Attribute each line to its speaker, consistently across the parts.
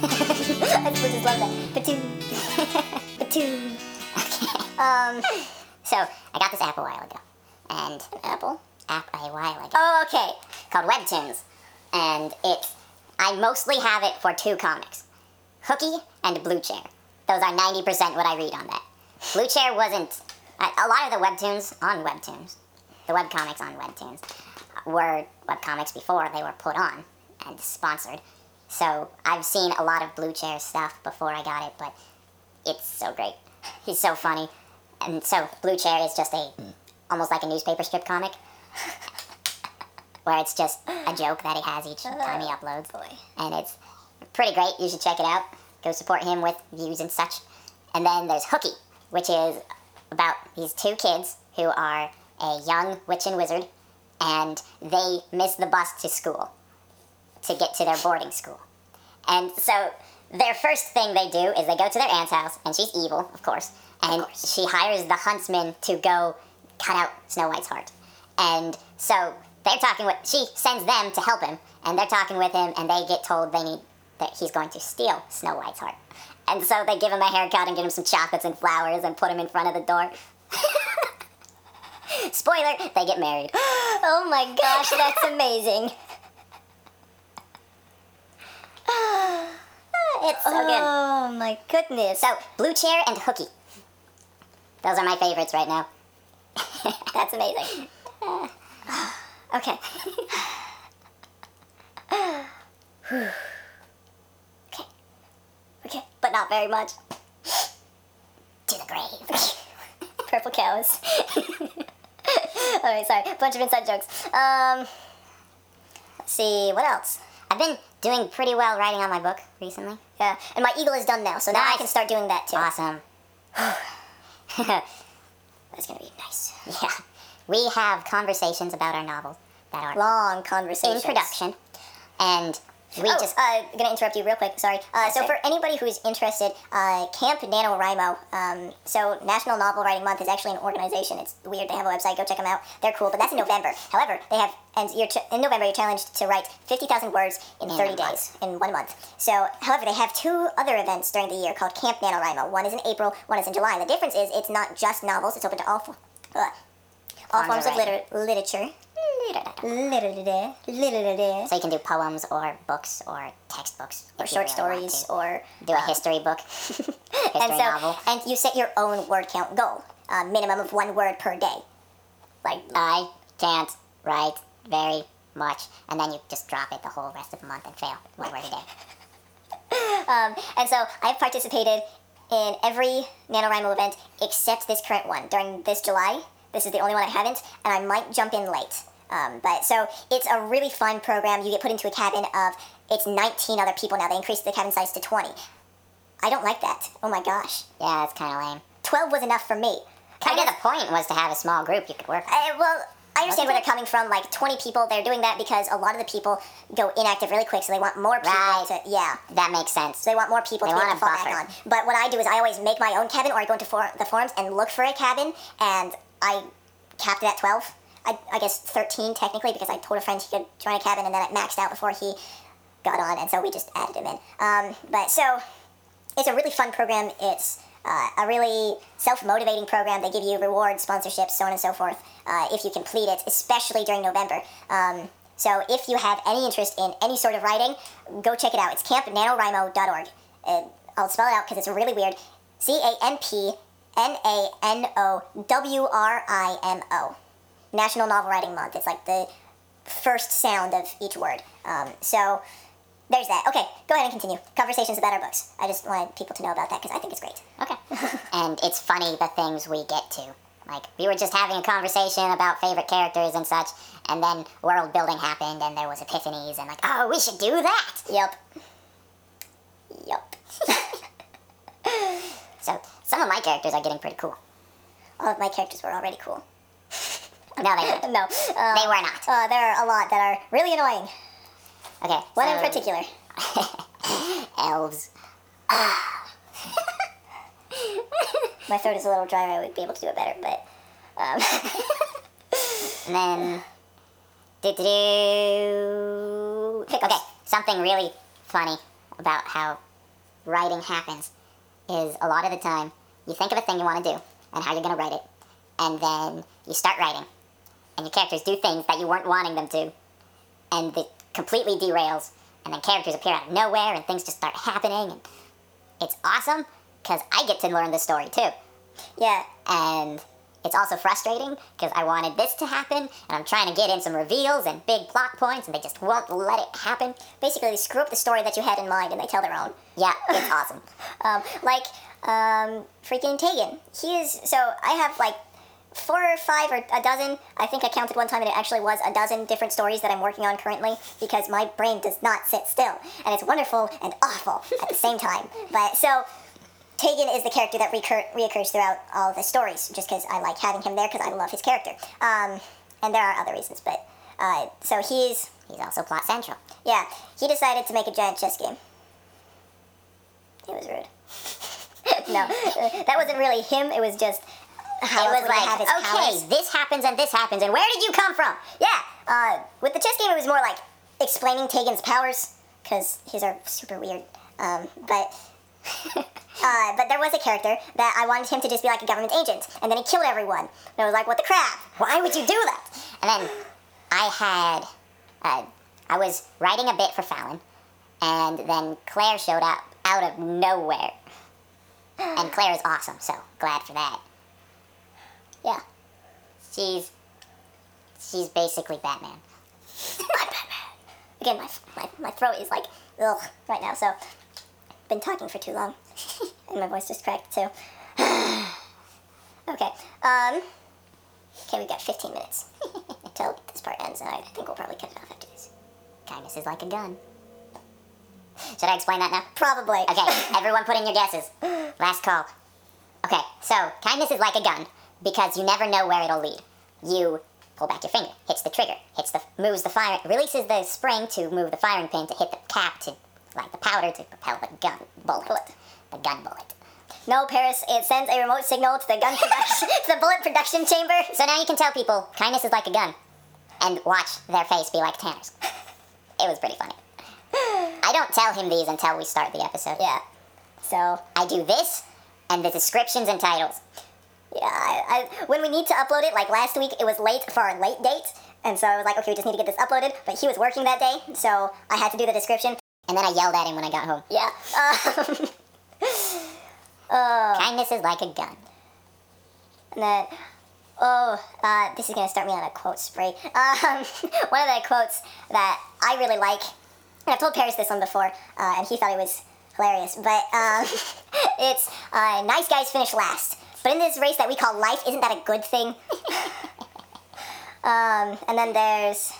Speaker 1: just love it. Patoon. Patoon.
Speaker 2: Um, so I got this app a while ago, and
Speaker 1: Apple.
Speaker 2: app a while ago. Oh, okay. Called Webtoons, and it I mostly have it for two comics, Hooky and Blue Chair. Those are ninety percent what I read on that. Blue Chair wasn't a a lot of the webtoons on Webtoons, the webcomics on Webtoons uh, were webcomics before they were put on and sponsored. So I've seen a lot of Blue Chair stuff before I got it, but it's so great. He's so funny. And so Blue Chair is just a almost like a newspaper strip comic where it's just a joke that he has each time he uploads. And it's pretty great. You should check it out. Go support him with views and such. And then there's Hooky, which is about these two kids who are a young witch and wizard and they miss the bus to school to get to their boarding school. And so their first thing they do is they go to their aunt's house, and she's evil, of course, and she hires the huntsman to go cut out Snow White's heart. And so they're talking with, she sends them to help him, and they're talking with him, and they get told they need, that he's going to steal Snow White's heart. And so they give him a haircut and get him some chocolates and flowers and put him in front of the door. Spoiler, they get married.
Speaker 1: Oh my gosh, that's amazing.
Speaker 2: It's so good.
Speaker 1: Oh my goodness.
Speaker 2: So, Blue Chair and Hooky. Those are my favorites right now. That's amazing.
Speaker 1: Okay.
Speaker 2: Okay, but not very much. to the grave.
Speaker 1: Purple cows. Alright, sorry. Bunch of inside jokes. Um let's see, what else?
Speaker 2: I've been doing pretty well writing on my book recently.
Speaker 1: Yeah. And my eagle is done now, so now I
Speaker 2: Nice.
Speaker 1: can start doing that too.
Speaker 2: Awesome. That's gonna be nice. Yeah. We have conversations about our novels that are
Speaker 1: Long conversation.
Speaker 2: in production, and we
Speaker 1: oh,
Speaker 2: just
Speaker 1: uh, gonna interrupt you real quick. Sorry. Uh, so
Speaker 2: okay.
Speaker 1: for anybody who's interested, uh, Camp NaNoWriMo. Um, so National Novel Writing Month is actually an organization. It's weird they have a website. Go check them out. They're cool. But that's in November. However, they have and you're ch- in November you're challenged to write fifty thousand words in
Speaker 2: In
Speaker 1: thirty
Speaker 2: a month.
Speaker 1: days in one month. So, however, they have two other events during the year called Camp NaNoWriMo. One is in April. One is in July. The difference is it's not just novels. It's open to all. Fo- uh, all
Speaker 2: Forms
Speaker 1: forms
Speaker 2: of
Speaker 1: of liter- literature. Literature. Literature.
Speaker 2: so you can do poems or books or textbooks
Speaker 1: or
Speaker 2: if you
Speaker 1: short
Speaker 2: really want
Speaker 1: stories
Speaker 2: to.
Speaker 1: or
Speaker 2: Do a history book, history
Speaker 1: and so
Speaker 2: novel.
Speaker 1: and you um, set your own word count goal a minimum of one word per day
Speaker 2: like I can't write very much, and then you just drop it the whole rest of the month and fail one word a day.
Speaker 1: um, and so i've participated in every nanowrimo event except this current one during this july this is the only one i haven't and i might jump in late um, but so it's a really fun program you get put into a cabin of it's 19 other people now they increased the cabin size to 20 i don't like that oh my gosh
Speaker 2: Yeah, that's kind of lame.
Speaker 1: 12 was enough for me
Speaker 2: Kind of the point was to have a small group you could work. with.
Speaker 1: I, well, I understand where
Speaker 2: Wasn't
Speaker 1: they're coming from. Like 20 people, they're doing that because a lot of the people go inactive really quick, so they want more people
Speaker 2: Right.
Speaker 1: to yeah.
Speaker 2: That makes sense.
Speaker 1: So they want more people
Speaker 2: They
Speaker 1: to be able
Speaker 2: want
Speaker 1: to
Speaker 2: a
Speaker 1: fall back
Speaker 2: buffer.
Speaker 1: on. But what I do is I always make my own cabin, or I go into for- the forums and look for a cabin, and I capped it at 12. I, I guess 13 technically because I told a friend he could join a cabin, and then it maxed out before he got on, and so we just added him in. Um, but so it's a really fun program. It's uh, a really self-motivating program. They give you rewards, sponsorships, so on and so forth, uh, if you complete it, especially during November. Um, so if you have any interest in any sort of writing, go check it out. It's campnanorimo.org. Uh, I'll spell it out because it's really weird. C-A-M-P-N-A-N-O-W-R-I-M-O. National Novel Writing Month. It's like the first sound of each word. Um, so there's that. Okay, go ahead and continue. Conversations about our books. I just wanted people to know about that because I think it's great.
Speaker 2: Okay. and it's funny the things we get to. Like, we were just having a conversation about favorite characters and such, and then world building happened, and there was epiphanies, and like, oh, we should do that!
Speaker 1: Yep. Yep.
Speaker 2: So, some of my characters are getting pretty cool.
Speaker 1: All of my characters were already cool.
Speaker 2: No, they weren't.
Speaker 1: No. Uh,
Speaker 2: They were not.
Speaker 1: uh, there are a lot that are really annoying.
Speaker 2: Okay.
Speaker 1: One
Speaker 2: so,
Speaker 1: in particular.
Speaker 2: Elves.
Speaker 1: My throat is a little dry. I would be able to do it better, but um,
Speaker 2: And then. do-do-do. Okay, something really funny about how writing happens is a lot of the time you think of a thing you want to do and how you're going to write it, and then you start writing, and your characters do things that you weren't wanting them to, and it completely derails, and then characters appear out of nowhere, and things just start happening, and it's awesome because I get to learn the story too
Speaker 1: Yeah.
Speaker 2: and it's also frustrating because I wanted this to happen, and I'm trying to get in some reveals and big plot points, and they just won't let it happen.
Speaker 1: Basically, they screw up the story that you had in mind and they tell their own.
Speaker 2: Yeah, it's awesome.
Speaker 1: Um, like, um, freaking Tegan. He is, so I have like four or five or a dozen. I think I counted one time and it actually was a dozen different stories that I'm working on currently because my brain does not sit still. And it's wonderful and awful at the same time. But so, Tegan is the character that recur- reoccurs throughout all the stories, just because I like having him there because I love his character. Um, and there are other reasons, but uh, so he's
Speaker 2: He's also plot central.
Speaker 1: yeah he decided to make a giant chess game. It was rude. no, uh, that wasn't really him. It was just how
Speaker 2: it was
Speaker 1: else would he have
Speaker 2: like,
Speaker 1: his
Speaker 2: okay,
Speaker 1: powers?
Speaker 2: this happens and this happens, and where did you come from?
Speaker 1: Yeah, uh, with the chess game, it was more like explaining Tegan's powers because his are super weird. Um, but uh, but there was a character that I wanted him to just be like a government agent, and then he killed everyone. And I was like, what the crap?
Speaker 2: Why would you do that? And then I had, uh, I was writing a bit for Fallon, and then Claire showed up out of nowhere. And Claire is awesome, so glad for that.
Speaker 1: Yeah,
Speaker 2: She's, she's basically Batman.
Speaker 1: again, my, my, my throat is like ugh right now, so been talking for too long, and my voice just cracked too. okay, um, okay, we've got 15 minutes until this part ends, and I think we'll probably cut it off after this.
Speaker 2: Kindness is like a gun. Should I explain that now?
Speaker 1: Probably.
Speaker 2: Okay, everyone put in your guesses. Last call. Okay, so kindness is like a gun because you never know where it'll lead. You pull back your finger, hits the trigger, hits the moves the fire, releases the spring to move the firing pin to hit the cap to like the powder to propel the gun bullet. The gun bullet.
Speaker 1: No, Paris, it sends a remote signal to the gun production, to the bullet production chamber.
Speaker 2: So now you can tell people kindness is like a gun, and watch their face be like Tanner's. It was pretty funny. I don't tell him these until we start the episode.
Speaker 1: Yeah. So,
Speaker 2: I do this and the descriptions and titles.
Speaker 1: yeah, I, I, when we need to upload it, like last week, it was late for our late date. And so I was like, okay, we just need to get this uploaded. But he was working that day, so I had to do the description.
Speaker 2: And then I yelled at him when I got home.
Speaker 1: Yeah. Uh,
Speaker 2: Kindness is like a gun.
Speaker 1: and then, oh, uh, this is going to start me on a quote spree. Um, one of the quotes that I really like, and I've told Paris this one before, uh, and he thought it was hilarious, but um, it's uh, nice guys finish last. But in this race that we call life, isn't that a good thing? um, and then there's.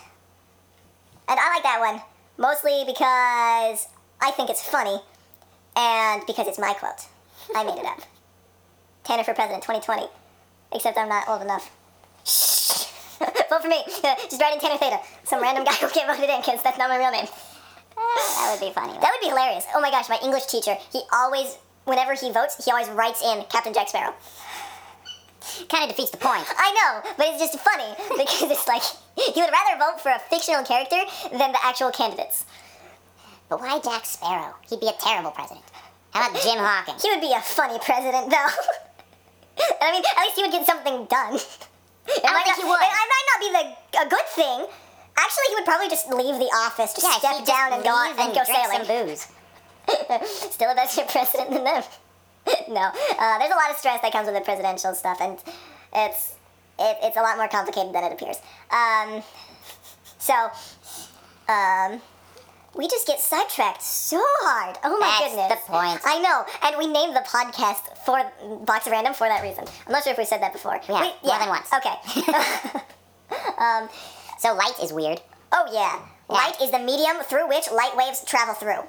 Speaker 1: And I like that one, mostly because I think it's funny and because it's my quote. I made it up. Tanner for President 2020. Except I'm not old enough. Shh! Vote for me. Just write in Tanner Theta. Some random guy will get voted in because that's not my real name.
Speaker 2: Ah, That would be funny.
Speaker 1: That would be hilarious. Oh my gosh, my English teacher, he always, whenever he votes, he always writes in Captain Jack Sparrow.
Speaker 2: kind of defeats the point.
Speaker 1: I know, but it's just funny because it's like, he would rather vote for a fictional character than the actual candidates.
Speaker 2: But why Jack Sparrow? He'd be a terrible president. How about Jim Hawkins?
Speaker 1: He would be a funny president, though. and I mean, at least he would get something done. It
Speaker 2: don't
Speaker 1: might
Speaker 2: think he
Speaker 1: not,
Speaker 2: would.
Speaker 1: It, might not be the a good thing. Actually, he would probably just leave the office, just
Speaker 2: Yeah, he'd just
Speaker 1: step down and go on
Speaker 2: leave
Speaker 1: and go
Speaker 2: drink
Speaker 1: sailing.
Speaker 2: some booze.
Speaker 1: Still a better president than them. no, uh, there's a lot of stress that comes with the presidential stuff, and it's it, it's a lot more complicated than it appears. Um, so, um, we just get sidetracked so hard. Oh my
Speaker 2: That's
Speaker 1: goodness!
Speaker 2: the point.
Speaker 1: I know, and we named the podcast for Box of Random for that reason. I'm not sure if we said that before.
Speaker 2: We have, more than once.
Speaker 1: Okay.
Speaker 2: So light is weird.
Speaker 1: oh yeah. Light is the medium through which light waves travel through.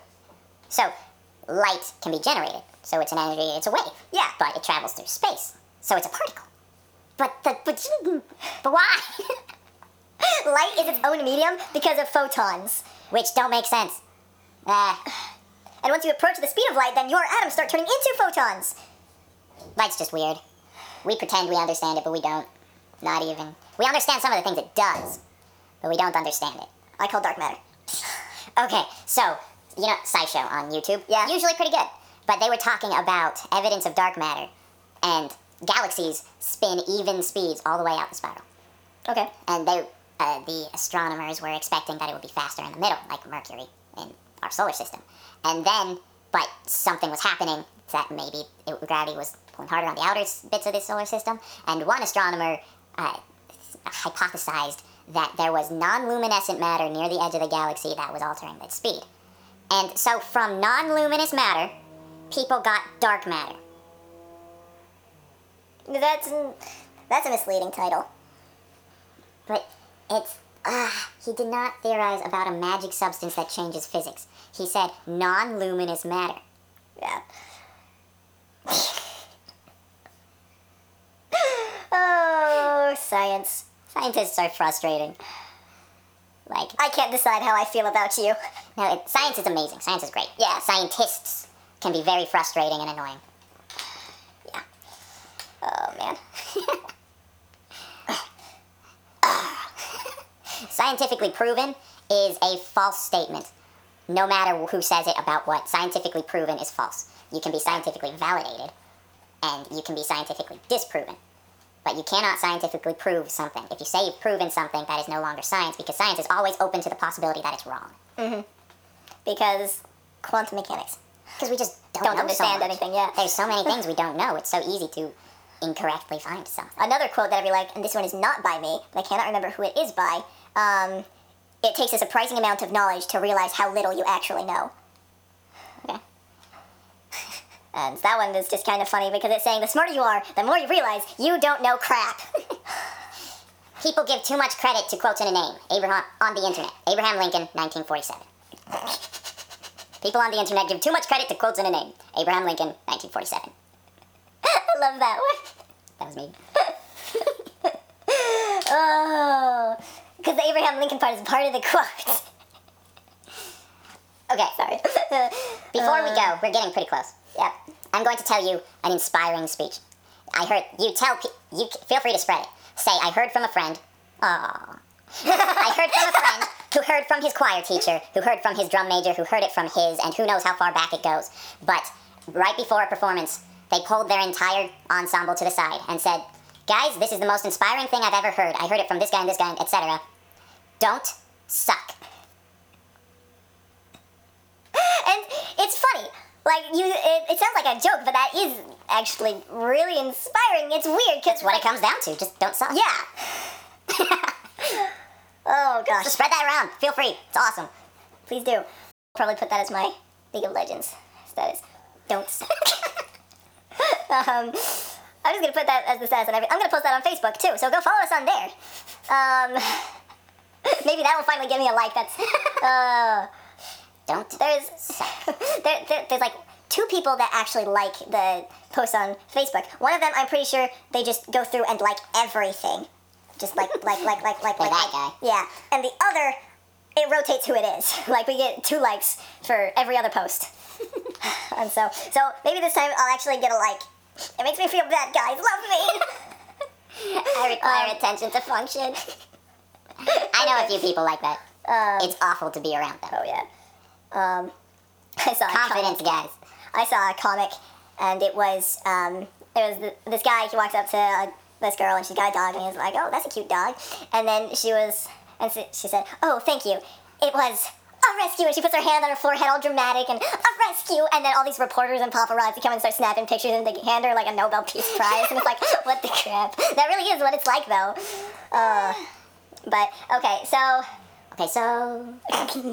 Speaker 2: So light can be generated. So it's an energy. It's a wave.
Speaker 1: Yeah.
Speaker 2: But it travels through space. So it's a particle. But the but, but why?
Speaker 1: Light is its own medium because of photons.
Speaker 2: Which don't make sense. Uh,
Speaker 1: And once you approach the speed of light, then your atoms start turning into photons.
Speaker 2: Light's just weird. We pretend we understand it, but we don't. Not even. We understand some of the things it does, but we don't understand it.
Speaker 1: I call dark matter.
Speaker 2: Okay, so, you know, SciShow on YouTube?
Speaker 1: Yeah.
Speaker 2: Usually pretty good. But they were talking about evidence of dark matter and galaxies spin even speeds all the way out the spiral.
Speaker 1: Okay.
Speaker 2: And they, uh, the astronomers were expecting that it would be faster in the middle, like Mercury in our solar system. And then, but something was happening that maybe it, gravity was pulling harder on the outer s- bits of the solar system. And one astronomer uh, hypothesized that there was non luminescent matter near the edge of the galaxy that was altering the speed. And so, from non luminous matter, people got dark matter.
Speaker 1: That's that's a misleading title.
Speaker 2: But it's. Ah, he did not theorize about a magic substance that changes physics. He said non luminous matter.
Speaker 1: Yeah. oh, science.
Speaker 2: Scientists are frustrating. Like,
Speaker 1: I can't decide how I feel about you.
Speaker 2: no, it, science is amazing. Science is great. Yeah, scientists can be very frustrating and annoying.
Speaker 1: Oh man.
Speaker 2: Scientifically proven is a false statement. No matter who says it about what, scientifically proven is false. You can be scientifically validated, and you can be scientifically disproven. But you cannot scientifically prove something. If you say you've proven something, that is no longer science because science is always open to the possibility that it's wrong.
Speaker 1: Because quantum mechanics.
Speaker 2: Because we just don't,
Speaker 1: Don't
Speaker 2: know so
Speaker 1: understand
Speaker 2: much.
Speaker 1: anything, yeah.
Speaker 2: There's so many things we don't know. It's so easy to incorrectly find something.
Speaker 1: Another quote that I really like, and this one is not by me, but I cannot remember who it is by. Um, it takes a surprising amount of knowledge to realize how little you actually know.
Speaker 2: Okay.
Speaker 1: And that one is just kind of funny because it's saying the smarter you are, the more you realize you don't know crap.
Speaker 2: People give too much credit to quotes in a name. Abraham on the internet. Abraham Lincoln, 1947. People on the internet give too much credit to quotes in a name. Abraham Lincoln, 1947.
Speaker 1: I love that one.
Speaker 2: That was me.
Speaker 1: Oh, because the Abraham Lincoln part is part of the quote.
Speaker 2: Okay,
Speaker 1: Sorry.
Speaker 2: Before we go, we're getting pretty close.
Speaker 1: yeah.
Speaker 2: I'm going to tell you an inspiring speech. I heard you tell pe- you c- feel free to spread it. Say I heard from a friend. Aww. I heard from a friend who heard from his choir teacher, who heard from his drum major, who heard it from his, and who knows how far back it goes. But right before a performance, they pulled their entire ensemble to the side and said, "Guys, this is the most inspiring thing I've ever heard. I heard it from this guy and this guy, and etc." Don't suck.
Speaker 1: And it's funny. Like you, it, it sounds like a joke, but that is actually really inspiring. It's weird because
Speaker 2: That's what it comes down to. Just don't suck.
Speaker 1: Yeah. oh
Speaker 2: Just
Speaker 1: gosh,
Speaker 2: spread that around. Feel free. It's awesome.
Speaker 1: please do. Probably put that as my League of Legends status. Don't suck. um, I'm just gonna put that as the status, and every- I'm gonna post that on Facebook too. So go follow us on there. Um, maybe that will finally give me a like. That's uh,
Speaker 2: Don't
Speaker 1: there's there, there, there's like two people that actually like the post on Facebook. One of them, I'm pretty sure, they just go through and like everything, just like like like like like
Speaker 2: Like
Speaker 1: like
Speaker 2: that guy.
Speaker 1: Yeah, and the other, it rotates who it is. Like we get two likes for every other post, and so so maybe this time I'll actually get a like. It makes me feel bad, guys. Love me.
Speaker 2: I require
Speaker 1: Um,
Speaker 2: attention to function. I know a few people like that. it's awful to be around them.
Speaker 1: um, oh yeah. Um, I saw a comment-
Speaker 2: Confidence, guys.
Speaker 1: I saw a comic, and it was um, it was th this guy. He walks up to uh, this girl, and she's got a dog, and he's like, "Oh, that's a cute dog." And then she was, and s she said, "Oh, thank you." It was a rescue, and she puts her hand on her forehead, all dramatic, and a rescue. And then all these reporters and paparazzi come and start snapping pictures, and they hand her like a Nobel Peace Prize, and it's like, what the crap? That really is what it's like, though. Uh, but okay, so
Speaker 2: Okay, so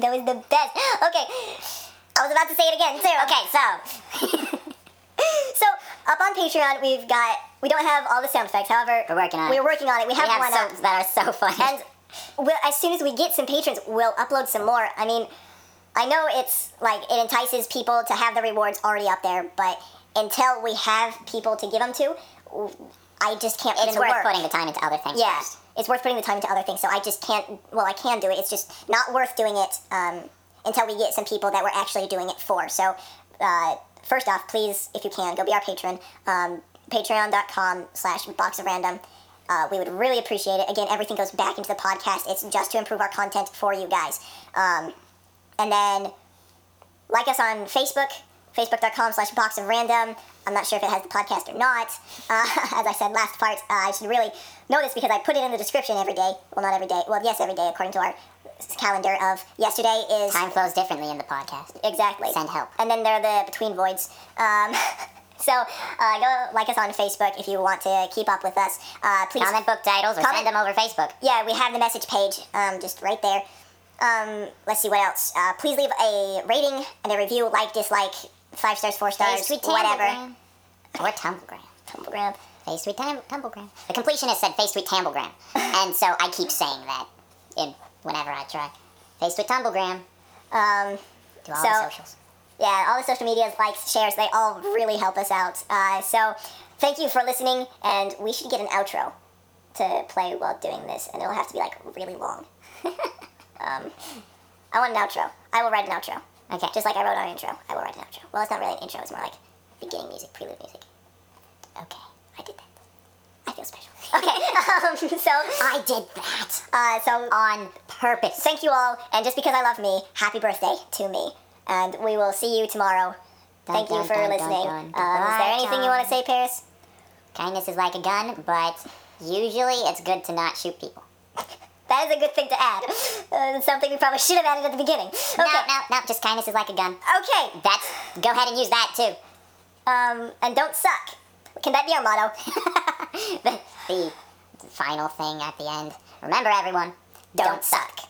Speaker 1: that was the best. Okay, I was about to say it again too. Okay, so so up on Patreon we've got we don't have all the sound effects. However,
Speaker 2: We're working on it.
Speaker 1: We're working on it. We
Speaker 2: we
Speaker 1: have,
Speaker 2: have
Speaker 1: one
Speaker 2: some
Speaker 1: up,
Speaker 2: that are so funny.
Speaker 1: and we'll, as soon as we get some patrons, we'll upload some more. I mean, I know it's like it entices people to have the rewards already up there, but until we have people to give them to, I just can't. put in
Speaker 2: it's
Speaker 1: the
Speaker 2: worth
Speaker 1: work.
Speaker 2: putting the time into other things.
Speaker 1: Yeah,
Speaker 2: first.
Speaker 1: it's worth putting the time into other things. So I just can't. Well, I can do it. It's just not worth doing it um, until we get some people that we're actually doing it for. So uh, first off, please, if you can, go be our patron. Um, Patreon.com/slash Box of Random. Uh, we would really appreciate it. Again, everything goes back into the podcast. It's just to improve our content for you guys. Um, and then like us on Facebook, facebook.com slash box of random. I'm not sure if it has the podcast or not. Uh, as I said last part, uh, I should really know this because I put it in the description every day. Well, not every day. Well, yes, every day according to our s- calendar of yesterday is
Speaker 2: Time flows differently in the podcast.
Speaker 1: exactly
Speaker 2: Send help.
Speaker 1: and then there are the between voids. Um, so uh, go like us on Facebook if you want to keep up with us. Uh, please
Speaker 2: Comment book titles or
Speaker 1: Comment-
Speaker 2: send them over Facebook.
Speaker 1: yeah, we have the message page um, just right there. Um, let's see what else. Uh, please leave a rating and a review, like, dislike, five stars, four stars,
Speaker 2: Face tweet
Speaker 1: whatever.
Speaker 2: Tamblegram. Or Tumblegram.
Speaker 1: Tumblegram.
Speaker 2: Face tweet tam- Tumblegram. The completionist said face tweet Tumblegram. and so I keep saying that in whenever I try. Face tweet Tumblegram.
Speaker 1: Um,
Speaker 2: Do all
Speaker 1: So-
Speaker 2: the socials.
Speaker 1: yeah, all the social medias, likes, shares, they all really help us out. Uh, so thank you for listening, and we should get an outro to play while doing this, and it'll have to be like really long. um, I want an outro. I will write an outro.
Speaker 2: Okay.
Speaker 1: Just like I wrote our intro, I will write an outro. Well, it's not really an intro, it's more like beginning music, prelude music. Okay, I did that. I feel special. Okay, um, so,
Speaker 2: I did that
Speaker 1: uh, so
Speaker 2: on purpose.
Speaker 1: thank you all, and just because I love me, happy birthday to me. And we will see you tomorrow.
Speaker 2: Dun,
Speaker 1: Thank you
Speaker 2: dun,
Speaker 1: for
Speaker 2: dun, dun,
Speaker 1: listening.
Speaker 2: dun.
Speaker 1: Um, is there
Speaker 2: Bye,
Speaker 1: anything you want to
Speaker 2: Tom.
Speaker 1: say, Paris?
Speaker 2: Kindness is like a gun, but usually it's good to not shoot people.
Speaker 1: That is a good thing to add. Uh, something we probably should have added at the beginning. Okay.
Speaker 2: No, no, no. Just kindness is like a gun.
Speaker 1: Okay.
Speaker 2: That's go ahead and use that too.
Speaker 1: Um, and don't suck. Can that be our motto?
Speaker 2: the, the final thing at the end. Remember, everyone,
Speaker 1: don't suck.